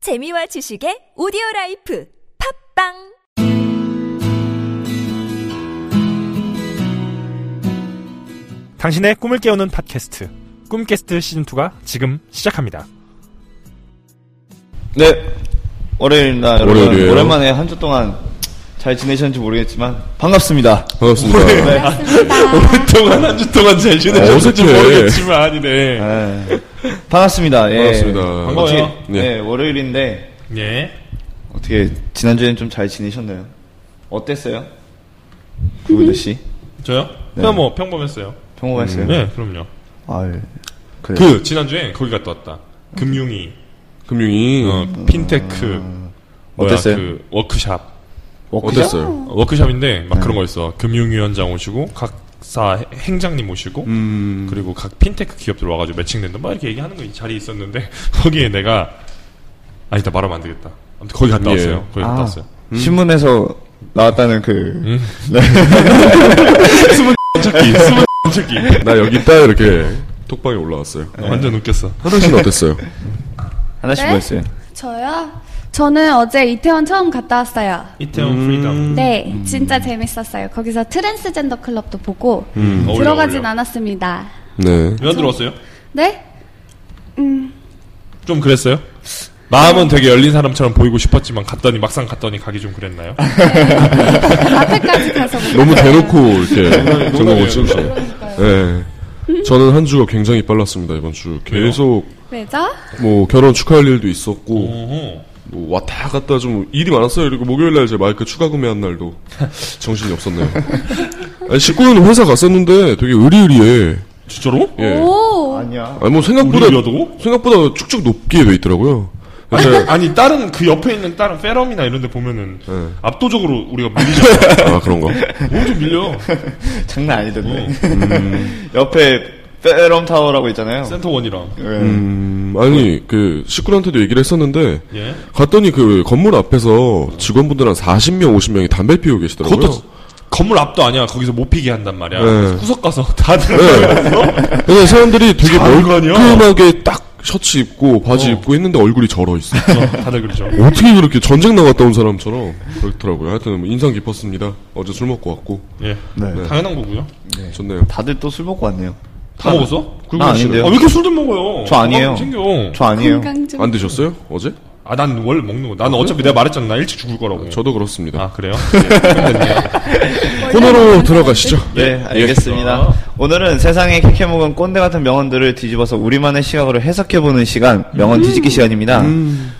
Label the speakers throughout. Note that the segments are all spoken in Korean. Speaker 1: 재미와 지식의 오디오 라이프 팝빵
Speaker 2: 당신의 꿈을 깨우는 팟캐스트 꿈캐스트 시즌2가 지금 시작합니다.
Speaker 3: 네 월요일입니다 여러분
Speaker 4: 월요일이에요.
Speaker 3: 오랜만에 한 주 동안 잘 지내셨는지 모르겠지만 반갑습니다
Speaker 4: 반갑습니다.
Speaker 5: 네. 동안 한 주 동안 잘 지내셨는지
Speaker 4: 어색해.
Speaker 5: 모르겠지만
Speaker 3: 네.
Speaker 5: 아니네.
Speaker 3: 아, 반갑습니다 예.
Speaker 4: 반갑습니다.
Speaker 3: 어떻게-
Speaker 5: 반가워요.
Speaker 3: 네.
Speaker 4: 네.
Speaker 3: 월요일인데
Speaker 2: 예.
Speaker 5: 네.
Speaker 3: 어떻게 지난주에는 좀 잘 지내셨나요? 어땠어요? 구구드씨
Speaker 5: 저요?
Speaker 3: 네.
Speaker 5: 그냥 뭐 평범했어요.
Speaker 3: 평범했어요?
Speaker 5: 네, 그럼요.
Speaker 3: 아유 그래
Speaker 5: 그 지난주에 거기 갔다 왔다. 금융이,
Speaker 4: 금융이
Speaker 5: 어, 핀테크, 뭐야,
Speaker 3: 음. 어땠어요?
Speaker 5: 그 워크샵.
Speaker 4: 어땠어요?
Speaker 5: 어, 워크샵인데
Speaker 3: 네.
Speaker 5: 막 그런 거 있어. 금융위원장 오시고 각사 해- 행장님 오시고
Speaker 3: 음.
Speaker 5: 그리고 각 핀테크 기업들 와가지고 매칭된다 막 이렇게 얘기하는 거 자리 있었는데 거기에 내가 아니다 말하면 안 되겠다. 아무튼 거기 갔다
Speaker 4: 예.
Speaker 5: 왔어요. 거기 갔다
Speaker 3: 아.
Speaker 5: 왔어요. 음.
Speaker 3: 신문에서 나왔다는 그
Speaker 5: 번쩍기, 스무 번쩍기.
Speaker 4: 나 여기 있다 이렇게 톡방에 올라왔어요.
Speaker 3: 네.
Speaker 5: 완전 웃겼어.
Speaker 4: 하동 씨는 어땠어요?
Speaker 3: 하나씩
Speaker 6: 네?
Speaker 3: 뭐였어요?
Speaker 6: 저요? 저는 어제 이태원 처음 갔다 왔어요.
Speaker 5: 이태원
Speaker 2: 음.
Speaker 5: 프리덤.
Speaker 6: 네, 진짜 재밌었어요. 거기서 트랜스젠더 클럽도 보고
Speaker 2: 음.
Speaker 5: 어울려,
Speaker 6: 들어가진
Speaker 5: 어울려.
Speaker 6: 않았습니다.
Speaker 4: 네.
Speaker 5: 왜안 들어왔어요?
Speaker 6: 네?
Speaker 5: 좀 그랬어요? 마음은 되게 열린 사람처럼 보이고 싶었지만 갔더니 막상 갔더니 가기 좀 그랬나요?
Speaker 6: 앞에까지 가서 못
Speaker 4: 너무
Speaker 6: 봤어요.
Speaker 4: 대놓고 이렇게
Speaker 5: 농담이에요.
Speaker 4: 정보를 찍으세요. 네. 저는 한 주가 굉장히 빨랐습니다 이번 주. 계속
Speaker 6: 왜죠?
Speaker 4: 뭐 결혼 축하할 일도 있었고
Speaker 5: 어허.
Speaker 4: 뭐 왔다 갔다 좀 일이 많았어요. 그리고 목요일 날 이제 마이크 추가 구매한 날도 정신이 없었네요. 아니, 19일 회사 갔었는데 되게 의리의리해.
Speaker 5: 진짜로?
Speaker 4: 예.
Speaker 6: 오!
Speaker 3: 아니야
Speaker 4: 아니 뭐 생각보다
Speaker 5: 의리의리하다고?
Speaker 4: 생각보다 쭉쭉 높게 돼 있더라고요.
Speaker 5: 아니, 아니 다른 그 옆에 있는 다른 페럼이나 이런 데 보면은
Speaker 4: 예.
Speaker 5: 압도적으로 우리가 밀리잖아.
Speaker 4: 아 그런가?
Speaker 5: 엄청 밀려.
Speaker 3: 장난 아니던데 옆에 페럼 타워라고
Speaker 5: 네.
Speaker 3: 있잖아요
Speaker 5: 센터원이랑.
Speaker 3: 예.
Speaker 4: 음, 아니 그 식구한테도 얘기를 했었는데
Speaker 5: 예.
Speaker 4: 갔더니 그 건물 앞에서 직원분들 한 40명 50명이 담배 피우고 계시더라고요.
Speaker 5: 그것도 건물 앞도 아니야. 거기서 못 피게 한단 말이야.
Speaker 4: 네.
Speaker 5: 그래서 구석 가서 다들
Speaker 4: 근데 사람들이 되게
Speaker 5: 자는 거 아니야?
Speaker 4: 멀끔하게 딱 셔츠 입고 바지
Speaker 5: 어.
Speaker 4: 입고 있는데 얼굴이 절어 있어.
Speaker 5: 다들 그러죠.
Speaker 4: 어떻게 그렇게 전쟁 나갔다 온 사람처럼 그렇더라고요. 하여튼 뭐 인상 깊었습니다. 어제 술 먹고 왔고
Speaker 5: 예.
Speaker 3: 네.
Speaker 5: 당연한 거고요.
Speaker 4: 좋네요.
Speaker 3: 다들 또 술 먹고 왔네요
Speaker 5: 다 먹었어?
Speaker 3: 나 아닌데요
Speaker 5: 아, 왜 이렇게 술도 먹어요?
Speaker 3: 저 아니에요.
Speaker 5: 건강 챙겨.
Speaker 3: 저 아니에요
Speaker 6: 건강 좀.
Speaker 4: 안 드셨어요? 어제?
Speaker 5: 아, 난 원래 먹는 거. 난 어차피 내가 말했잖아. 나 일찍 죽을 거라고.
Speaker 4: 저도 그렇습니다.
Speaker 5: 아, 그래요? 아.
Speaker 4: 코너로 들어가시죠. 예.
Speaker 3: 네, 알겠습니다. 오늘은 세상에 캐캐 묵은 꼰대 같은 명언들을 뒤집어서 우리만의 시각으로 해석해보는 시간, 명언 뒤집기 시간입니다.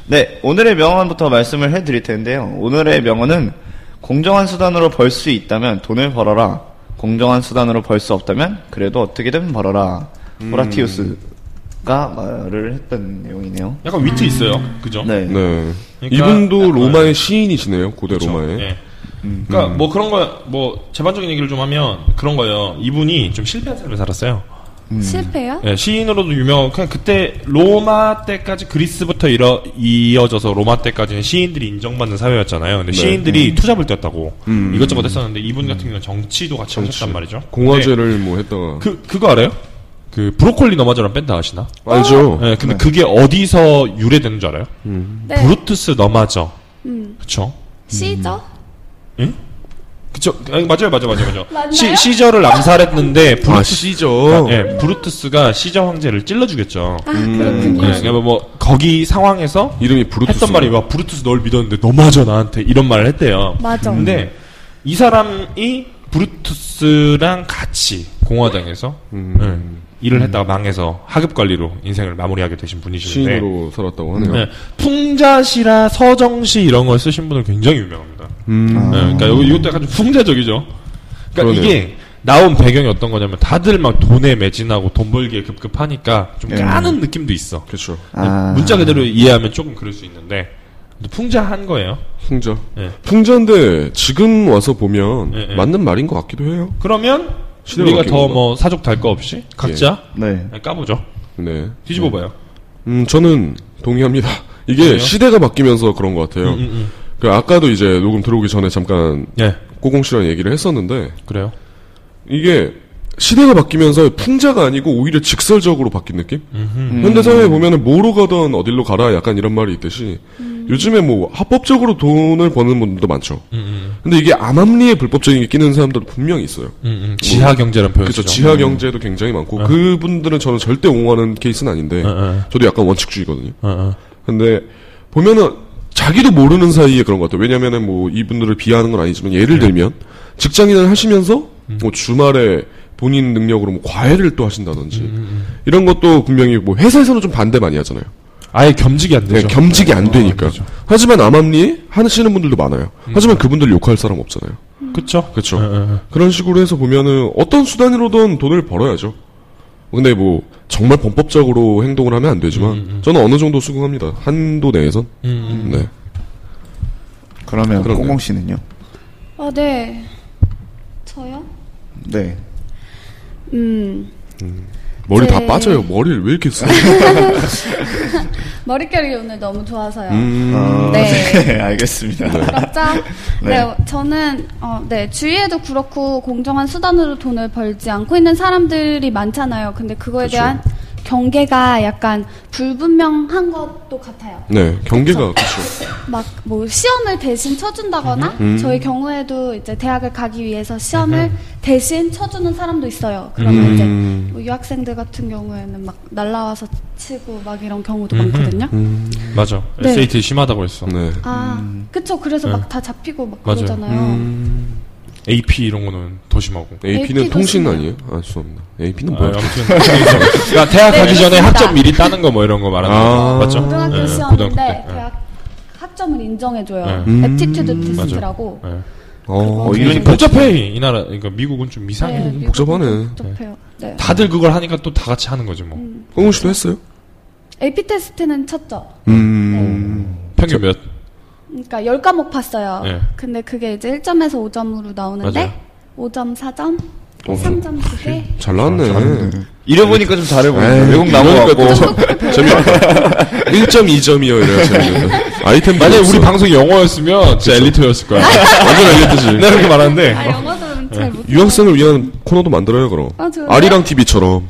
Speaker 3: 네, 오늘의 명언부터 말씀을 해드릴 텐데요. 오늘의 명언은 공정한 수단으로 벌 수 있다면 돈을 벌어라. 공정한 수단으로 벌 수 없다면 그래도 어떻게든 벌어라. 호라티우스가 말을 했던 내용이네요.
Speaker 5: 약간 위트 있어요. 그죠?
Speaker 3: 네.
Speaker 4: 네.
Speaker 5: 그러니까-
Speaker 4: 이분도 로마의 시인이시네요. 음. 고대
Speaker 5: 그렇죠.
Speaker 4: 로마의.
Speaker 5: 예. 그러니까 뭐 그런 거, 뭐 재반적인 얘기를 좀 하면 그런 거예요. 이분이 좀 실패한 삶을 살았어요.
Speaker 6: 실패요?
Speaker 5: 예, 시인으로도 유명. 그냥 그때 로마 때까지 그리스부터 이러, 이어져서 로마 때까지는 시인들이 인정받는 사회였잖아요.
Speaker 4: 네.
Speaker 5: 근데 시인들이
Speaker 4: 음.
Speaker 5: 투잡을 뛰었다고 이것저것 했었는데 이분 같은 경우는 정치도 같이 하셨단 말이죠. 근데
Speaker 4: 공화제를 뭐 했다가
Speaker 5: 그 그거 알아요? 그 브로콜리 너마저랑 밴드 아시나?
Speaker 4: 알죠. 네.
Speaker 5: 예, 근데 그게 어디서 유래되는 줄 알아요?
Speaker 6: 네.
Speaker 5: 브루투스 너마저. 그쵸?
Speaker 6: C죠?
Speaker 5: 그쵸? 아니, 맞아요, 맞아요, 맞아요, 맞아요.
Speaker 6: 맞나요?
Speaker 5: 시, 시저를 암살했는데
Speaker 4: 아
Speaker 5: 브루투스,
Speaker 4: 시죠.
Speaker 5: 예, 브루투스가 시저 황제를 찔러 죽였죠.
Speaker 6: 아, 그렇군요.
Speaker 5: 예, 그러니까 뭐 거기 상황에서
Speaker 4: 이름이 브루투스.
Speaker 5: 했던 말이 와 브루투스 널 믿었는데 너마저 나한테 이런 말을 했대요.
Speaker 6: 맞아.
Speaker 5: 근데 이 사람이 브루투스랑 같이 공화당에서
Speaker 4: 음,
Speaker 5: 예, 일을 했다가 망해서 하급 관리로 인생을 마무리하게 되신 분이신데
Speaker 4: 시인으로 살았다고 하네요.
Speaker 5: 네. 풍자시라 서정시 이런 걸 쓰신 분은 굉장히 유명합니다.
Speaker 4: 음,
Speaker 5: 네, 그러니까 요- 이것도 약간 좀 풍자적이죠. 그러니까
Speaker 4: 그러네요.
Speaker 5: 이게 나온 배경이 어떤 거냐면 다들 막 돈에 매진하고 돈 벌기에 급급하니까 좀
Speaker 4: 네.
Speaker 3: 예.
Speaker 5: 까는 느낌도 있어.
Speaker 4: 그렇죠.
Speaker 3: 아.
Speaker 5: 문자 그대로 이해하면 조금 그럴 수 있는데 풍자한 거예요.
Speaker 4: 풍자.
Speaker 5: 예.
Speaker 4: 풍자인데 지금 와서 보면
Speaker 5: 예, 예.
Speaker 4: 맞는 말인 것 같기도 해요.
Speaker 5: 그러면
Speaker 4: 시대가 예.
Speaker 5: 우리가
Speaker 4: 바뀐
Speaker 5: 더 뭐 사족 달 거 없이 각자 예,
Speaker 3: 네.
Speaker 5: 까보죠.
Speaker 4: 네.
Speaker 5: 뒤집어봐요.
Speaker 4: 음 저는 동의합니다. 이게
Speaker 5: 그래요? 음,
Speaker 4: 시대가 바뀌면서 그런 것 같아요. 그 아까도 이제 녹음 들어오기 전에 잠깐
Speaker 5: 예,
Speaker 4: 꼬공씨랑 얘기를 했었는데
Speaker 5: 그래요.
Speaker 4: 이게 시대가 바뀌면서 풍자가 아니고 오히려 직설적으로 바뀐 느낌? 현대 사회에 보면은 뭐로 가던 어딜로 가라 약간 이런 말이 있듯이 요즘에 뭐 합법적으로 돈을 버는 분들도 많죠. 근데 이게 암암리에 불법적인 게 끼는 사람들도 분명히 있어요.
Speaker 5: 음, 지하 경제란 표현.
Speaker 4: 뭐. 그렇죠. 지하 경제도 굉장히 많고 그분들은 저는 절대 옹호하는 케이스는 아닌데
Speaker 5: 어.
Speaker 4: 저도 약간 원칙주의거든요. 근데 보면은 자기도 모르는 사이에 그런 것 같아요. 왜냐면은 뭐 이분들을 비하하는 건 아니지만 예를 들면 직장인을 하시면서 뭐 주말에 본인 능력으로 뭐 과외를 또 하신다든지 이런 것도 분명히 뭐 회사에서는 좀 반대 많이 하잖아요.
Speaker 5: 아예 겸직이 안 되죠.
Speaker 4: 그냥 네, 겸직이 안 되니까. 하지만 암암리에 하시는 분들도 많아요. 하지만 그분들 욕할 사람 없잖아요.
Speaker 5: 그렇죠.
Speaker 4: 그렇죠.
Speaker 5: 어, 어,
Speaker 4: 그런 식으로 해서 보면은 어떤 수단으로든 돈을 벌어야죠. 근데 뭐 정말 범법적으로 행동을 하면 안 되지만
Speaker 5: 음,
Speaker 4: 저는 어느 정도 수긍합니다. 한도 내에선. 네.
Speaker 3: 그러면
Speaker 4: 그러네요.
Speaker 3: 꽁꽁 씨는요?
Speaker 6: 아, 네. 저요?
Speaker 3: 네.
Speaker 6: 음.
Speaker 4: 머리 다
Speaker 6: 네.
Speaker 4: 빠져요. 머리를 왜 이렇게 쓰?
Speaker 6: 머릿결이 오늘 너무 좋아서요.
Speaker 4: 음.
Speaker 3: 어,
Speaker 6: 네.
Speaker 3: 알겠습니다.
Speaker 6: 부럽죠?
Speaker 3: 네.
Speaker 6: 네. 저는 어, 네 주위에도 그렇고 공정한 수단으로 돈을 벌지 않고 있는 사람들이 많잖아요. 근데 그거에
Speaker 4: 그쵸.
Speaker 6: 대한 경계가 약간 불분명한 것도 같아요.
Speaker 4: 네. 경계가 그렇죠.
Speaker 6: 막 뭐 시험을 대신 쳐준다거나 저희 경우에도 이제 대학을 가기 위해서 시험을 대신 쳐주는 사람도 있어요.
Speaker 3: 아,
Speaker 6: 그러면 이제
Speaker 4: 음.
Speaker 6: 뭐 유학생들 같은 경우에는 막 날라와서 치고 막 이런 경우도 많거든요.
Speaker 5: 예. 맞아.
Speaker 6: 네.
Speaker 5: SAT 심하다고 했어.
Speaker 4: 네.
Speaker 6: 아, 그쵸. 그래서 막 다 잡히고 막
Speaker 5: 맞아요.
Speaker 6: 그러잖아요.
Speaker 5: AP 이런 거는 더 심하고.
Speaker 4: AP는
Speaker 6: AP도
Speaker 4: 통신
Speaker 6: 쓰나요?
Speaker 4: 아니에요? 아, 죄송합니다. AP는
Speaker 5: 아,
Speaker 4: 뭐야?
Speaker 5: 아무튼 그러니까 대학
Speaker 6: 네,
Speaker 5: 가기 전에
Speaker 6: 그렇습니다.
Speaker 5: 학점 미리 따는 거 뭐 이런 거 말하는 거
Speaker 4: 아.
Speaker 5: 맞죠?
Speaker 6: 고등학교
Speaker 5: 예,
Speaker 6: 시험인데
Speaker 5: 때. 예.
Speaker 6: 대학 학점을 인정해줘요.
Speaker 5: 네.
Speaker 6: 애티튜드 테스트라고.
Speaker 5: 예.
Speaker 4: 음, 어,
Speaker 3: 그거-
Speaker 4: 이러니까
Speaker 5: 복잡해 이 나라 그러니까 미국은 좀 이상해
Speaker 6: 그렇죠. 네, 미국은
Speaker 4: 복잡하네.
Speaker 6: 복잡해요. 네.
Speaker 5: 다들 그걸 하니까 또 다 같이 하는 거지 뭐
Speaker 6: 음.
Speaker 4: 홍훈 씨도 했어요?
Speaker 6: AP 테스트는 쳤죠.
Speaker 3: 네.
Speaker 4: 음.
Speaker 5: 평균 몇
Speaker 6: 그러니까 10과목 봤어요.
Speaker 5: 네.
Speaker 6: 근데 그게 이제 1점에서 5점으로 나오는데
Speaker 5: 맞아요. 어,
Speaker 6: 5점, 4점, 3점 2개.
Speaker 4: 잘
Speaker 5: 아,
Speaker 4: 나왔네.
Speaker 3: 이래보니까 좀 다르고.
Speaker 4: 에이,
Speaker 3: 외국 나온 것
Speaker 4: 그러니까
Speaker 3: 같고.
Speaker 4: 재미없다. 1.2점이요, 이래야 재미없다. 아이템
Speaker 5: 만약에
Speaker 4: 없어.
Speaker 5: 우리 방송이 영어였으면 진짜 엘리트였을 거야
Speaker 4: 완전 알겠듯이.
Speaker 5: 네,
Speaker 4: 내가 그렇게 말하는데.
Speaker 6: 아, 영어는 잘 못해요.
Speaker 4: 유학생을 위한 코너도 만들어요, 그럼.
Speaker 6: 아, 좋은데요?
Speaker 4: 아리랑 TV처럼.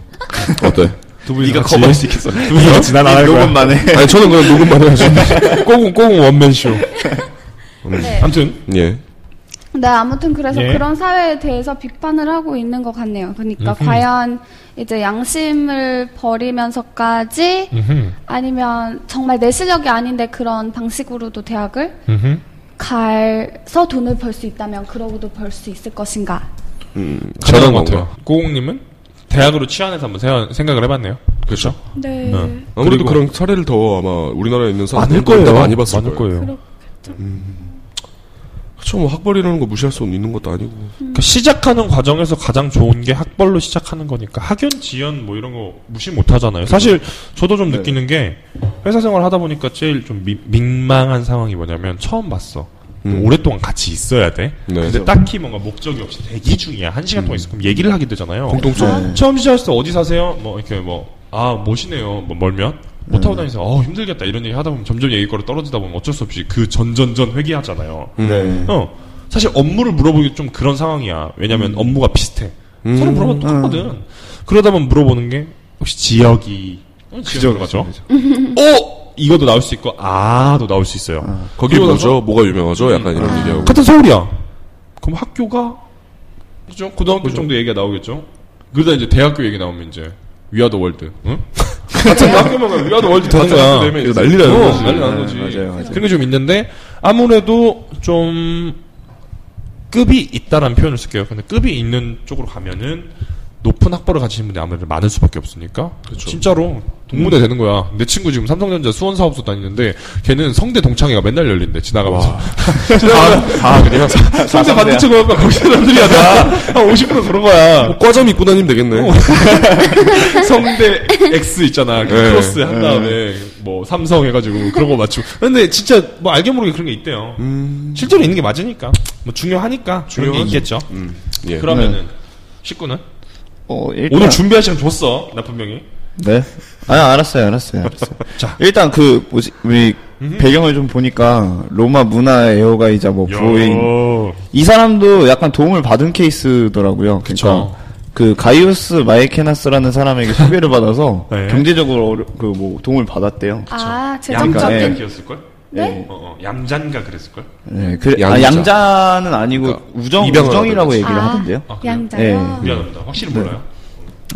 Speaker 4: 어때?
Speaker 5: 두 분이
Speaker 3: 네가
Speaker 5: 같이
Speaker 3: 커버할 수 있겠어.
Speaker 5: 두 분이 같이 난 안할 거야
Speaker 3: 녹음만 해.
Speaker 4: 아니, 저는 그냥 녹음만 해야죠.
Speaker 5: 꼬공 꼬공 원맨쇼 아무튼
Speaker 4: 예.
Speaker 6: 네, 아무튼 그래서
Speaker 5: 예.
Speaker 6: 그런 사회에 대해서 비판을 하고 있는 것 같네요. 그러니까 과연 이제 양심을 버리면서까지
Speaker 5: 음흠,
Speaker 6: 아니면 정말 내 실력이 아닌데 그런 방식으로도 대학을
Speaker 5: 음흠.
Speaker 6: 가서 돈을 벌 수 있다면 그러고도 벌 수 있을 것인가?
Speaker 5: 저런
Speaker 4: 저런
Speaker 5: 것
Speaker 4: 음, 건가?
Speaker 5: 같아요 꼬공님은 대학으로 취안해서 한번 세워- 생각을 해봤네요
Speaker 4: 그렇죠.
Speaker 6: 네.
Speaker 5: 네.
Speaker 4: 아무래도
Speaker 5: 그리고-
Speaker 4: 그런 사례를 더 아마 우리나라에 있는 사람들
Speaker 5: 많을 거예요
Speaker 4: 많이 봤을
Speaker 5: 많을
Speaker 4: 거예요.
Speaker 5: 거예요
Speaker 4: 그렇죠. 뭐 학벌이라는 거 무시할 수 있는 것도 아니고.
Speaker 5: 그러니까 시작하는 과정에서 가장 좋은 게 학벌로 시작하는 거니까 학연 지연 뭐 이런 거 무시 못 하잖아요. 사실 저도
Speaker 4: 네.
Speaker 5: 좀 느끼는 게 회사 생활 하다 보니까 제일 좀 미- 민망한 상황이 뭐냐면 처음 봤어.
Speaker 4: 음.
Speaker 5: 오랫동안 같이 있어야 돼.
Speaker 4: 네. 음.
Speaker 5: 근데 딱히 뭔가 목적이 없이 대기 중이야. 한 시간 동안 있어. 그럼 얘기를 하게 되잖아요.
Speaker 4: 공통점.
Speaker 3: 네.
Speaker 5: 처음 시작했을 때 어디 사세요? 뭐 이렇게 뭐 아 모시네요. 뭐 멀면 못
Speaker 4: 음.
Speaker 5: 타고 다니면서 어 힘들겠다 이런 얘기 하다 보면 점점 얘기거리 떨어지다 보면 어쩔 수 없이 그 전전전 회귀하잖아요.
Speaker 4: 음.
Speaker 3: 네.
Speaker 5: 어. 사실 업무를 물어보기 좀 그런 상황이야. 왜냐면 업무가 비슷해. 서로 물어보면 똑같거든. 그러다 보면 물어보는 게 혹시 지역이 지역으로 가죠. 어 이거도 나올 수 있고 아도 나올 수 있어요.
Speaker 4: 거기
Speaker 5: 그리고 아.
Speaker 4: 뭐죠? 뭐가 유명하죠? 약간 이런 얘기하고.
Speaker 5: 나서 같은 서울이야. 그럼 학교가 그죠? 고등학교 정도 얘기가 나오겠죠. 그러다 이제 대학교 얘기 나오면 이제 위아더 월드. 응? 같은 학교만 가면 위아더 월드 되는
Speaker 4: 같은
Speaker 5: 거야.
Speaker 4: 학교 되면 이거 난리 나는
Speaker 5: 어,
Speaker 4: 거지.
Speaker 5: 난리 나는 거지.
Speaker 3: 네, 맞아요, 맞아요.
Speaker 5: 그런 게 좀 있는데 아무래도 좀 급이 있다라는 표현을 쓸게요. 근데 급이 있는 쪽으로 가면은 높은 학벌을 가지신 분이 아무래도 많을 수밖에 없으니까.
Speaker 3: 그렇죠.
Speaker 5: 진짜로
Speaker 3: 음.
Speaker 5: 동문회 되는 거야. 내 친구 지금 삼성전자 수원 사업소 다니는데 걔는 성대 동창회가 맨날 열린대 지나가면서.
Speaker 3: 다
Speaker 5: 아,
Speaker 3: 그냥
Speaker 5: 성대 반대쪽으로 가면 거기 사람들이야 다50% 그런 거야.
Speaker 4: 뭐 과점 입고 다니면
Speaker 5: 어.
Speaker 4: 되겠네.
Speaker 5: 성대 X 있잖아. 그
Speaker 4: 네.
Speaker 5: 크로스 한 다음에 뭐 삼성 해가지고 그런 거 맞추고. 근데 진짜 뭐 알게 모르게 그런 게 있대요. 실제로 있는 게 맞으니까 뭐 중요하니까 중요한 게
Speaker 4: 중요하죠.
Speaker 5: 있겠죠.
Speaker 4: 예.
Speaker 5: 그러면은 식구는
Speaker 3: 어, 일단
Speaker 5: 오늘 준비할 시간 줬어 나 분명히
Speaker 3: 네. 아, 알았어요, 알았어요, 알았어요.
Speaker 5: 자.
Speaker 3: 일단 그 뭐지, 우리 배경을 좀 보니까 로마 문화 애호가이자 뭐 부호인 이 사람도 약간 도움을 받은 케이스더라고요. 그러니까
Speaker 5: 그쵸.
Speaker 3: 그 가이우스 마이케나스라는 사람에게 소개를 받아서
Speaker 2: 네.
Speaker 3: 경제적으로 그 뭐 도움을 받았대요.
Speaker 6: 아,
Speaker 3: 그러니까,
Speaker 6: 재정적인.
Speaker 5: 였을걸
Speaker 6: 네?
Speaker 5: 어, 어, 얌잔가 그랬을걸?
Speaker 3: 네, 그,
Speaker 4: 양자.
Speaker 3: 아, 양자는 아니고
Speaker 4: 그러니까
Speaker 3: 우정
Speaker 4: 입양을
Speaker 3: 우정이라고
Speaker 4: 하더라고요.
Speaker 3: 얘기를
Speaker 6: 아,
Speaker 3: 하던데요.
Speaker 5: 아, 그래요?
Speaker 6: 양자요.
Speaker 5: 미안합니다. 확실히 몰라요.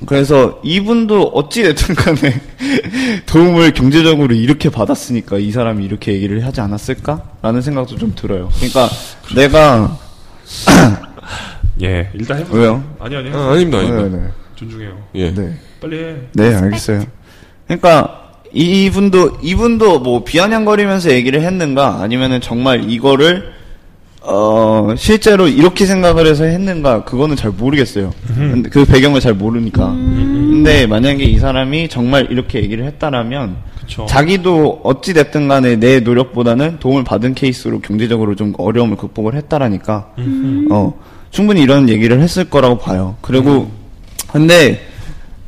Speaker 3: 그래서 이분도 어찌 됐든 간에 도움을 경제적으로 이렇게 받았으니까 이 사람이 이렇게 얘기를 하지 않았을까라는 생각도 좀 들어요. 그러니까 내가
Speaker 5: 예. 일단 해보세요.
Speaker 3: 왜요?
Speaker 5: 아니, 아니.
Speaker 4: 아, 아닙니다, 아닙니다.
Speaker 3: 네, 네.
Speaker 5: 존중해요.
Speaker 4: 예.
Speaker 3: 네.
Speaker 5: 빨리 해.
Speaker 3: 네, 알겠어요. 그러니까 이- 이분도 이분도 뭐 비아냥거리면서 얘기를 했는가 아니면은 정말 이거를 어 실제로 이렇게 생각을 해서 했는가 그거는 잘 모르겠어요.
Speaker 5: 음.
Speaker 3: 근데 그 배경을 잘 모르니까. 근데 만약에 이 사람이 정말 이렇게 얘기를 했다라면
Speaker 5: 그쵸.
Speaker 3: 자기도 어찌 됐든 간에 내 노력보다는 도움을 받은 케이스로 경제적으로 좀 어려움을 극복을 했다라니까
Speaker 5: 음.
Speaker 3: 어 충분히 이런 얘기를 했을 거라고 봐요.
Speaker 5: 음.
Speaker 3: 그리고 근데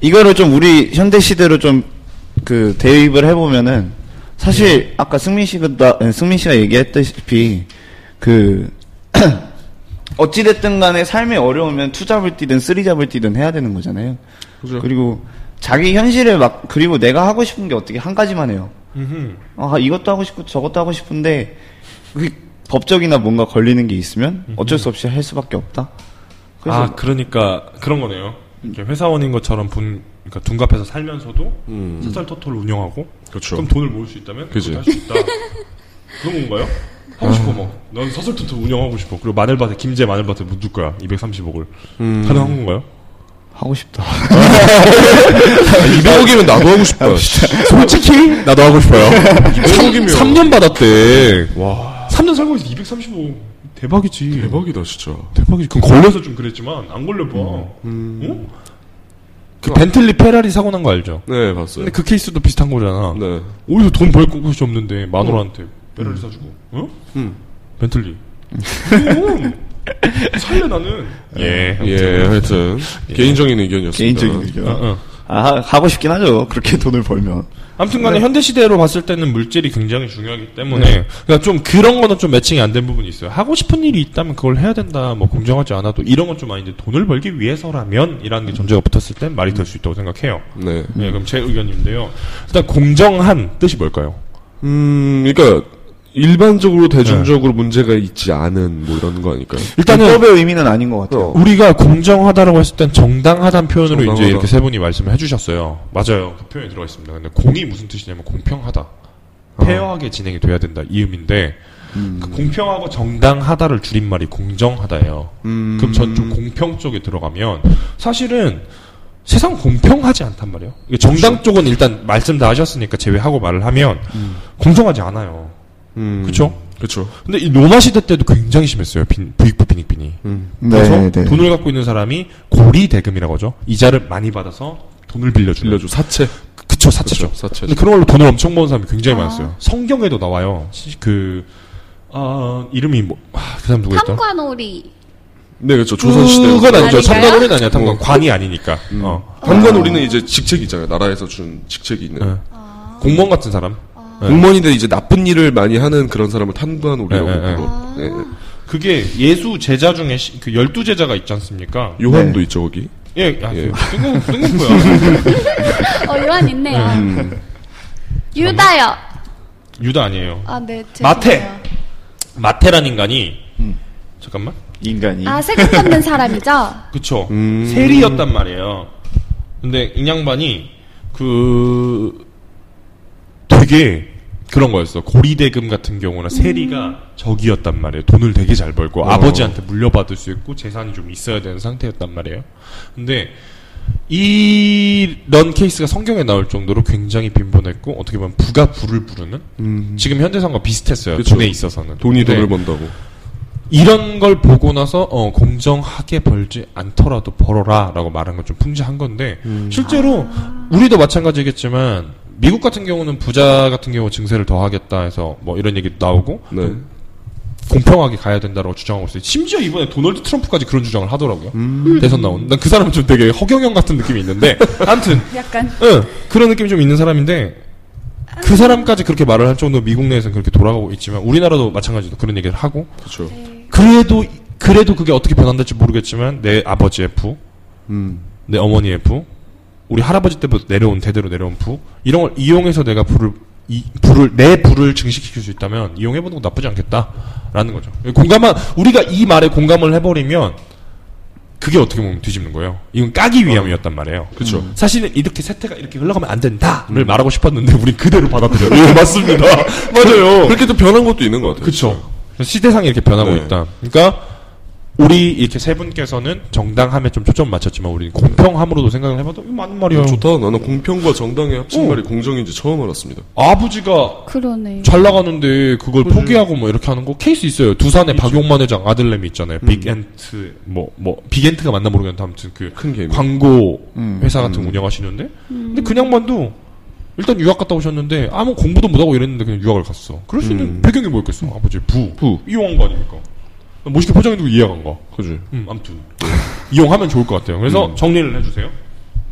Speaker 3: 이거를 좀 우리 현대 시대로 좀 그 대입을 해보면은 사실
Speaker 5: 네.
Speaker 3: 아까 승민 씨가 아니, 승민 씨가 얘기했다시피 그 어찌 됐든 간에 삶이 어려우면 투잡을 뛰든 쓰리잡을 뛰든 해야 되는 거잖아요.
Speaker 4: 그죠.
Speaker 3: 리고 자기 현실을 막 그리고 내가 하고 싶은 게 어떻게 한 가지만 해요.
Speaker 5: 음흠.
Speaker 3: 아 이것도 하고 싶고 저것도 하고 싶은데 그 법적이나 뭔가 걸리는 게 있으면 어쩔 수 없이 할 수밖에 없다. 그래서
Speaker 5: 아, 그러니까 그런 거네요. 이렇게 회사원인 것처럼 분, 그러니까 둔갑해서 살면서도 사설 토토를 운영하고
Speaker 4: 음. 그렇죠.
Speaker 5: 그럼 돈을 모을 수 있다면
Speaker 4: 그지.
Speaker 5: 그것도 할수 있다. 그런 건가요? 하고 싶어 뭐. 넌 사설 토토 운영하고 싶어. 그리고 마늘밭에 김제 마늘밭에 묻을 거야. 230억을.
Speaker 4: 음.
Speaker 5: 가능한 건가요?
Speaker 3: 하고 싶다.
Speaker 4: 200억이면 나도 하고 싶다. 솔직히 나도 하고 싶어요. 200억이면 3년 받았대. 와
Speaker 5: 3년 살고 있어 235. 대박이지.
Speaker 4: 대박이다 진짜.
Speaker 5: 대박이지. 그럼 걸려서 좀 그랬지만 안 걸려봐.
Speaker 4: 음.
Speaker 5: 어? 그 벤틀리 페라리 사고 난 거 알죠?
Speaker 4: 네 봤어요.
Speaker 5: 근데 그 케이스도 비슷한 거잖아.
Speaker 4: 네.
Speaker 5: 오히려 돈 벌 곳이 없는데 마누라한테 배를 사주고, 응?
Speaker 4: 음.
Speaker 5: 벤틀리. 음. 살려 나는. 예.
Speaker 4: 예 하여튼 개인적인 의견이었습니다.
Speaker 3: 개인적인 의견.
Speaker 5: 어, 어.
Speaker 3: 아, 하- 하고 싶긴 하죠. 그렇게 돈을 벌면.
Speaker 5: 아무튼간에 현대 시대로 봤을 때는 물질이 굉장히 중요하기 때문에 그러니까 좀 그런 거는 좀 매칭이 안 된 부분이 있어요. 하고 싶은 일이 있다면 그걸 해야 된다. 뭐 공정하지 않아도 이런 건 좀 아닌데 돈을 벌기 위해서라면이라는 게 전제가 붙었을 땐 말이 될 수 있다고 생각해요.
Speaker 4: 네.
Speaker 5: 예, 그럼 제 의견인데요. 일단 공정한 뜻이 뭘까요?
Speaker 4: 음 그러니까 일반적으로 대중적으로 문제가 있지 않은 뭐 이런 거 아닐까요?
Speaker 5: 일단은
Speaker 3: 법의 의미는 아닌 것 같아요.
Speaker 4: 어.
Speaker 5: 우리가 공정하다라고 했을 땐 정당하다는 표현으로
Speaker 4: 정당하다.
Speaker 5: 이제 이렇게 세 분이 말씀을 해주셨어요. 맞아요. 그 표현이 들어가 있습니다. 근데 공이 무슨 뜻이냐면 공평하다.
Speaker 4: 아.
Speaker 5: 페어하게 진행이 돼야 된다. 이 의미인데,
Speaker 4: 음.
Speaker 5: 그 공평하고 정당하다를 줄임말이 공정하다예요.
Speaker 4: 음,
Speaker 5: 그럼 전 좀 공평 쪽에 들어가면, 사실은 세상 공평하지 않단 말이에요. 이게 정당
Speaker 4: 그렇죠.
Speaker 5: 쪽은 일단 말씀 다 하셨으니까 제외하고 말을 하면, 공정하지 않아요.
Speaker 4: 음,
Speaker 5: 그쵸?
Speaker 4: 그렇죠.
Speaker 5: 근데 이 로마 시대 때도 굉장히 심했어요. 빈- 부익부 빈익빈이.
Speaker 3: 네,
Speaker 5: 그래서 돈을 갖고 있는 사람이 고리 대금이라고 하죠. 이자를 많이 받아서 돈을 빌려주는.
Speaker 4: 빌려줘 사채.
Speaker 5: 그쵸, 사채죠.
Speaker 4: 그쵸, 사채죠.
Speaker 5: 근데 그런 걸로 돈을 엄청 버는 사람이 굉장히
Speaker 6: 아.
Speaker 5: 많았어요. 성경에도 나와요. 시- 그, 아, 이름이 뭐, 아, 그 사람 누구였죠?
Speaker 6: 탐관오리.
Speaker 4: 네 그렇죠. 조선 시대.
Speaker 5: 그건 아니죠.
Speaker 6: 아닌가요?
Speaker 5: 탐관오리는 아니야. 탐관. 관이 뭐 아니니까. 어.
Speaker 4: 관관 우리는 이제 직책이 있잖아요. 나라에서 준 직책이 있는.
Speaker 5: 네.
Speaker 6: 아.
Speaker 5: 공무원 같은 사람.
Speaker 4: 네. 공무원인데 이제 나쁜 일을 많이 하는 그런 사람을 탄도한 우리라고
Speaker 5: 네, 네, 네.
Speaker 4: 부르고. 네.
Speaker 5: 그게 예수 제자 중에 시- 그 열두 제자가 있지 않습니까?
Speaker 4: 요한도 있죠 거기.
Speaker 5: 예, 아,
Speaker 4: 예.
Speaker 5: 뜬금, 뜬금포야.
Speaker 6: 어, 요한 있네요.
Speaker 5: 음.
Speaker 6: 유다요.
Speaker 5: 유다 아니에요.
Speaker 6: 아, 네. 죄송해요.
Speaker 5: 마태. 마테란 인간이, 잠깐만.
Speaker 3: 인간이.
Speaker 6: 아, 세금 걷는 사람이죠?
Speaker 5: 그쵸.
Speaker 4: 음.
Speaker 5: 세리였단 말이에요. 근데 인양반이 그 되게 그런 거였어. 고리대금 같은 경우나 세리가
Speaker 4: 음.
Speaker 5: 적이었단 말이에요. 돈을 되게 잘 벌고
Speaker 4: 어.
Speaker 5: 아버지한테 물려받을 수 있고 재산이 좀 있어야 되는 상태였단 말이에요. 근데 이런 케이스가 성경에 나올 정도로 굉장히 빈번했고 어떻게 보면 부가 부를 부르는 지금 현대사과 비슷했어요.
Speaker 4: 음. 그쵸.
Speaker 5: 돈에 있어서는 네.
Speaker 4: 돈이
Speaker 5: 근데
Speaker 4: 돈을 번다고.
Speaker 5: 이런 걸 보고 나서 어, 공정하게 벌지 않더라도 벌어라라고 말한 건 좀 풍자한 건데 실제로 우리도 마찬가지겠지만 미국 같은 경우는 부자 같은 경우 증세를 더 하겠다 해서 뭐 이런 얘기도 나오고
Speaker 4: 네.
Speaker 5: 공평하게 가야 된다라고 주장하고 있어요. 심지어 이번에 도널드 트럼프까지 그런 주장을 하더라고요. 대선 나온. 난 그 사람은 좀 되게 허경영 같은 느낌이 있는데 아무튼
Speaker 6: 약간.
Speaker 5: 예, 그런 느낌이 좀 있는 사람인데 그 사람까지 그렇게 말을 할 정도로 미국 내에서는 그렇게 돌아가고 있지만 우리나라도 마찬가지로 그런 얘기를 하고
Speaker 4: 그렇죠.
Speaker 5: 그래도 그래도 그게 어떻게 변한달지 모르겠지만 내 아버지의 부 내 어머니의 부, 우리 할아버지 때부터 내려온 대대로 내려온 부 이런 걸 이용해서 내가 부를 이 부를 내 부를 증식시킬 수 있다면 이용해보는 것도 나쁘지 않겠다라는 거죠. 공감만 우리가 이 말에 공감을 해버리면 그게 어떻게 보면 뒤집는 거예요. 이건 까기 위함이었단 말이에요. 음.
Speaker 4: 그쵸.
Speaker 5: 사실은 이렇게 세태가 이렇게 흘러가면 안 된다를 말하고 싶었는데 우리 그대로 받아들여요. 예, 음. 맞습니다. 맞아요.
Speaker 4: 어, 그렇게 또 변한 것도 있는 것 같아요.
Speaker 5: 그렇죠. 시대상이 이렇게 변하고
Speaker 4: 네.
Speaker 5: 있다. 그러니까 우리 이렇게 세 분께서는 정당함에 좀 초점 맞췄지만 우리는 공평함으로도 생각을 해봐도 이거 맞는 말이에요.
Speaker 4: 아, 좋다. 나는 공평과 정당의
Speaker 5: 어.
Speaker 4: 합친 말이 공정인지 처음 알았습니다.
Speaker 5: 아버지가
Speaker 6: 그러네.
Speaker 5: 잘 나가는데 그걸 포기하고 뭐 이렇게 하는 거 케이스 있어요. 두산의 박용만 회장 아들내미 있잖아요. 빅엔트 뭐 뭐 빅엔트가 맞나 모르겠는데 아무튼 그 음.
Speaker 4: 큰 게임.
Speaker 5: 광고 회사 같은 거 운영하시는데 근데 그냥만도 일단 유학 갔다 오셨는데 아무 공부도 못하고 이랬는데 그냥 유학을 갔어. 그럴 수 있는 배경이 뭐였겠어? 아버지 음. 부,
Speaker 4: 부.
Speaker 5: 이용한 거 아닙니까? 멋있게 포장해두고 이해한 거.
Speaker 4: 그죠.
Speaker 5: 음, 아무튼 이용하면 좋을 것 같아요. 그래서 정리를 해주세요.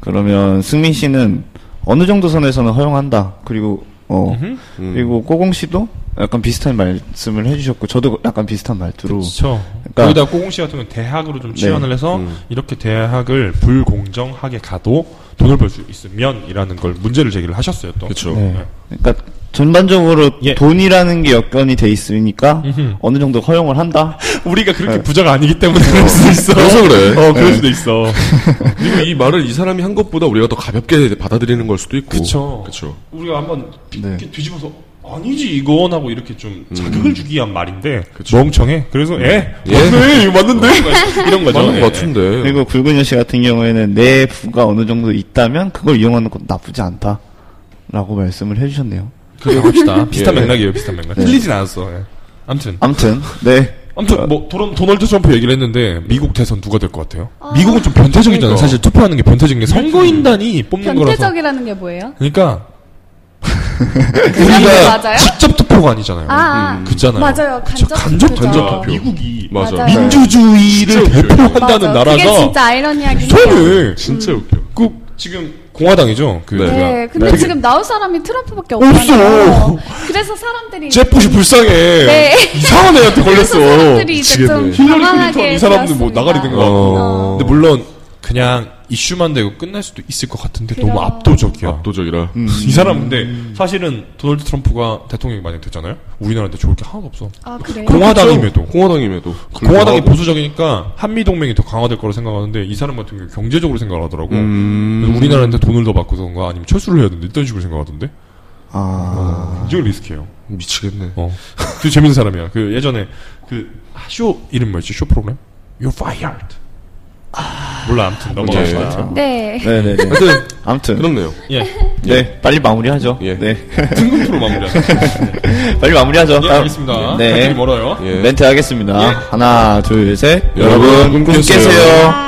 Speaker 3: 그러면 승민 씨는 어느 정도 선에서는 허용한다. 그리고 어
Speaker 5: 음.
Speaker 3: 그리고 꼬공 씨도 약간 비슷한 말씀을 해주셨고 저도 약간 비슷한 말투로
Speaker 5: 그렇죠.
Speaker 3: 그러니까-
Speaker 5: 거기다 꼬공 씨 같은 경우는 대학으로
Speaker 4: 네.
Speaker 5: 좀 치환을 해서
Speaker 4: 음.
Speaker 5: 이렇게 대학을 불공정하게 가도 돈을 벌 수 있으면이라는 걸 문제를 제기를 하셨어요. 또.
Speaker 4: 그쵸.
Speaker 3: 네. 그러니까 전반적으로
Speaker 5: 예.
Speaker 3: 돈이라는 게 여건이 돼 있으니까 어느 정도 허용을 한다.
Speaker 5: 우리가 그렇게 부자가 아니기 때문에 그럴 수도 있어.
Speaker 4: 네. 그래서 네. 그래.
Speaker 5: 어, 그럴 수도 있어.
Speaker 4: 그리고 이 말을 이 사람이 한 것보다 우리가 더 가볍게 받아들이는 걸 수도 있고.
Speaker 5: 그쵸.
Speaker 4: 그쵸.
Speaker 5: 우리가 한번
Speaker 3: 네.
Speaker 5: 이렇게 뒤집어서 아니지 이건 하고 이렇게 좀 자극을 주기 위한 말인데
Speaker 4: 음. 그쵸.
Speaker 5: 멍청해. 그래서 예,
Speaker 4: 예.
Speaker 5: 맞네, 이거 맞는데 이런 거죠.
Speaker 4: 맞는
Speaker 5: 예.
Speaker 4: 것 같은데.
Speaker 3: 그리고 굵은 여씨 같은 경우에는 내 부가 어느 정도 있다면 그걸 이용하는 것도 나쁘지 않다. 라고 말씀을 해주셨네요.
Speaker 5: 그래 합시다. 비슷한
Speaker 4: 예.
Speaker 5: 맥락이에요. 비슷한 맥락. 틀리진 않았어. 예. 아무튼
Speaker 3: 암튼, 네.
Speaker 4: 어.
Speaker 5: 아무튼 뭐 도널, 도널드 트럼프 얘기를 했는데 미국 대선 누가 될 것 같아요?
Speaker 6: 아.
Speaker 5: 미국은 좀 변태적이잖아요.
Speaker 4: 그러니까.
Speaker 5: 사실 투표하는 게 변태적인 게
Speaker 4: 음.
Speaker 5: 선거인단이 뽑는 거라서.
Speaker 6: 변태적이라는 게 뭐예요?
Speaker 5: 그러니까
Speaker 6: 그런 거
Speaker 5: 우리가
Speaker 6: 맞아요?
Speaker 5: 직접 투표가 아니잖아요. 음.
Speaker 6: 아, 아.
Speaker 5: 그잖아요.
Speaker 6: 맞아요. 간접
Speaker 5: 간접
Speaker 6: 투표죠.
Speaker 5: 간접
Speaker 4: 투표.
Speaker 5: 미국이
Speaker 4: 그러니까 맞아.
Speaker 6: 맞아요.
Speaker 4: 민-
Speaker 5: 민주주의를
Speaker 4: 진짜
Speaker 5: 대표한다는
Speaker 6: 맞아. 그게
Speaker 5: 나라가
Speaker 6: 진짜 아이러니하긴 해요. 음.
Speaker 5: 저는
Speaker 4: 진짜 웃겨.
Speaker 5: 그 지금 공화당이죠. 그
Speaker 4: 네.
Speaker 5: 뭐야.
Speaker 6: 네, 근데
Speaker 5: 되게
Speaker 6: 지금 나올 사람이 트럼프밖에
Speaker 5: 없어.
Speaker 6: 없어요. 그래서 사람들이
Speaker 5: 제프시 불쌍해.
Speaker 6: 네.
Speaker 5: 이상한 애한테
Speaker 6: 그래서
Speaker 5: 걸렸어.
Speaker 6: 사람들이 이제 좀
Speaker 4: 미치겠네.
Speaker 5: 힐러리
Speaker 6: 당황하게
Speaker 5: 클린턴 이 사람은 뭐
Speaker 6: 되었습니다.
Speaker 5: 나가리든가.
Speaker 4: 어.
Speaker 5: 근데 물론 그냥 이슈만 되고 끝날 수도 있을 것 같은데 너무
Speaker 6: 그럼.
Speaker 5: 압도적이야.
Speaker 4: 아,
Speaker 5: 음.
Speaker 4: 압도적이라.
Speaker 5: 이 사람 근데 사실은 도널드 트럼프가 대통령이 만약 됐잖아요. 우리나라한테 좋을 게 하나도 없어.
Speaker 6: 아 그래요?
Speaker 5: 공화당임에도
Speaker 4: 공화당임에도.
Speaker 5: 공화당이 보수적이니까 한미 동맹이 더 강화될 거로 생각하는데 이 사람 같은 경우 경제적으로 생각을 하더라고. 그래서 우리나라한테 돈을 더 바꾸던가 아니면 철수를 해야 된다 이런 식으로 생각하던데 어,
Speaker 3: 아,
Speaker 5: 굉장히 리스키해요.
Speaker 4: 미치겠네.
Speaker 5: 어. 되게 재밌는 사람이야. 그 예전에 그 쇼 이름 뭐였지? 쇼 프로그램? You're fired. 몰라 아무튼 넘어갑시다.
Speaker 6: 네.
Speaker 3: 네네네.
Speaker 4: 하여튼,
Speaker 3: 암튼,
Speaker 4: 그렇네요.
Speaker 5: 예.
Speaker 3: 네. 빨리 마무리하죠.
Speaker 4: 예.
Speaker 3: 네.
Speaker 5: 등급 프로 마무리하자.
Speaker 3: 빨리 마무리하죠.
Speaker 5: 예,
Speaker 3: 다음-
Speaker 5: 알겠습니다. 네.
Speaker 3: 네.
Speaker 5: 멀어요.
Speaker 4: 예.
Speaker 3: 멘트 하겠습니다. 하나, 둘, 셋.
Speaker 4: 여러분,
Speaker 3: 꿈
Speaker 4: 꿈 깨세요.
Speaker 3: 깨세요.